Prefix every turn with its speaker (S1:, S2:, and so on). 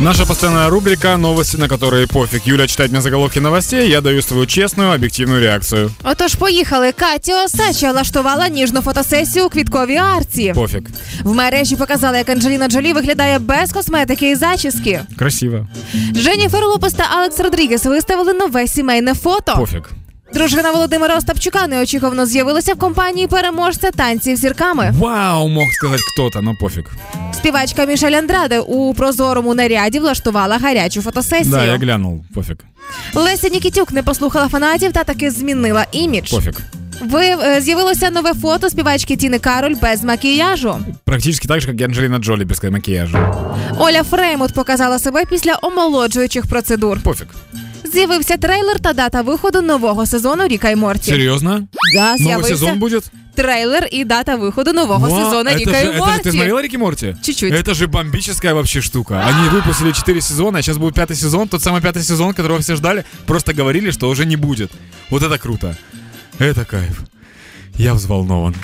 S1: Наша постоянная рубрика «Новости, на которые пофиг». Юля читает мне заголовки новостей, я даю свою честную, объективную реакцию.
S2: Отож, поїхали. Катя Осача влаштувала ніжну фотосесію у квітковій арці.
S1: Пофиг.
S2: В мережі показали, як Анджеліна Джолі виглядає без косметики і зачіски.
S1: Красиво.
S2: Дженніфер Лопес та Алекс Родрігес виставили нове сімейне фото.
S1: Пофиг.
S2: Дружина Володимира Остапчука неочікувано з'явилася в компанії переможця танців зірками.
S1: Вау, мог сказать кто-то, но пофиг.
S2: Співачка Мішель Андраде у прозорому наряді влаштувала гарячу фотосесію.
S1: Да, я глянул. Пофиг.
S2: Леся Нікітюк не послухала фанатів та таки змінила імідж.
S1: Пофиг.
S2: Ви е, з'явилося нове фото співачки Тіни Кароль без макіяжу.
S1: Практически так же, как и Анджелина Джоли без макияжа.
S2: Оля Фреймут показала себе після омолоджуючих процедур.
S1: Пофиг.
S2: З'явився трейлер та дата виходу нового сезону Ріка і Морті.
S1: Серьезно?
S2: Да,
S1: Новый
S2: з'явився
S1: сезон будет?
S2: трейлер і дата виходу нового
S1: Ва,
S2: сезону
S1: это
S2: Ріка
S1: же-
S2: і
S1: это же-
S2: Морті.
S1: Ты смотрела Рики Морти?
S2: Чуть-чуть.
S1: Это же бомбическая вообще штука. Они выпустили 4 сезона, а сейчас будет пятый сезон. Тот самый пятый сезон, которого все ждали, просто говорили, что уже не будет. Вот это круто. Это кайф. Я взволнован.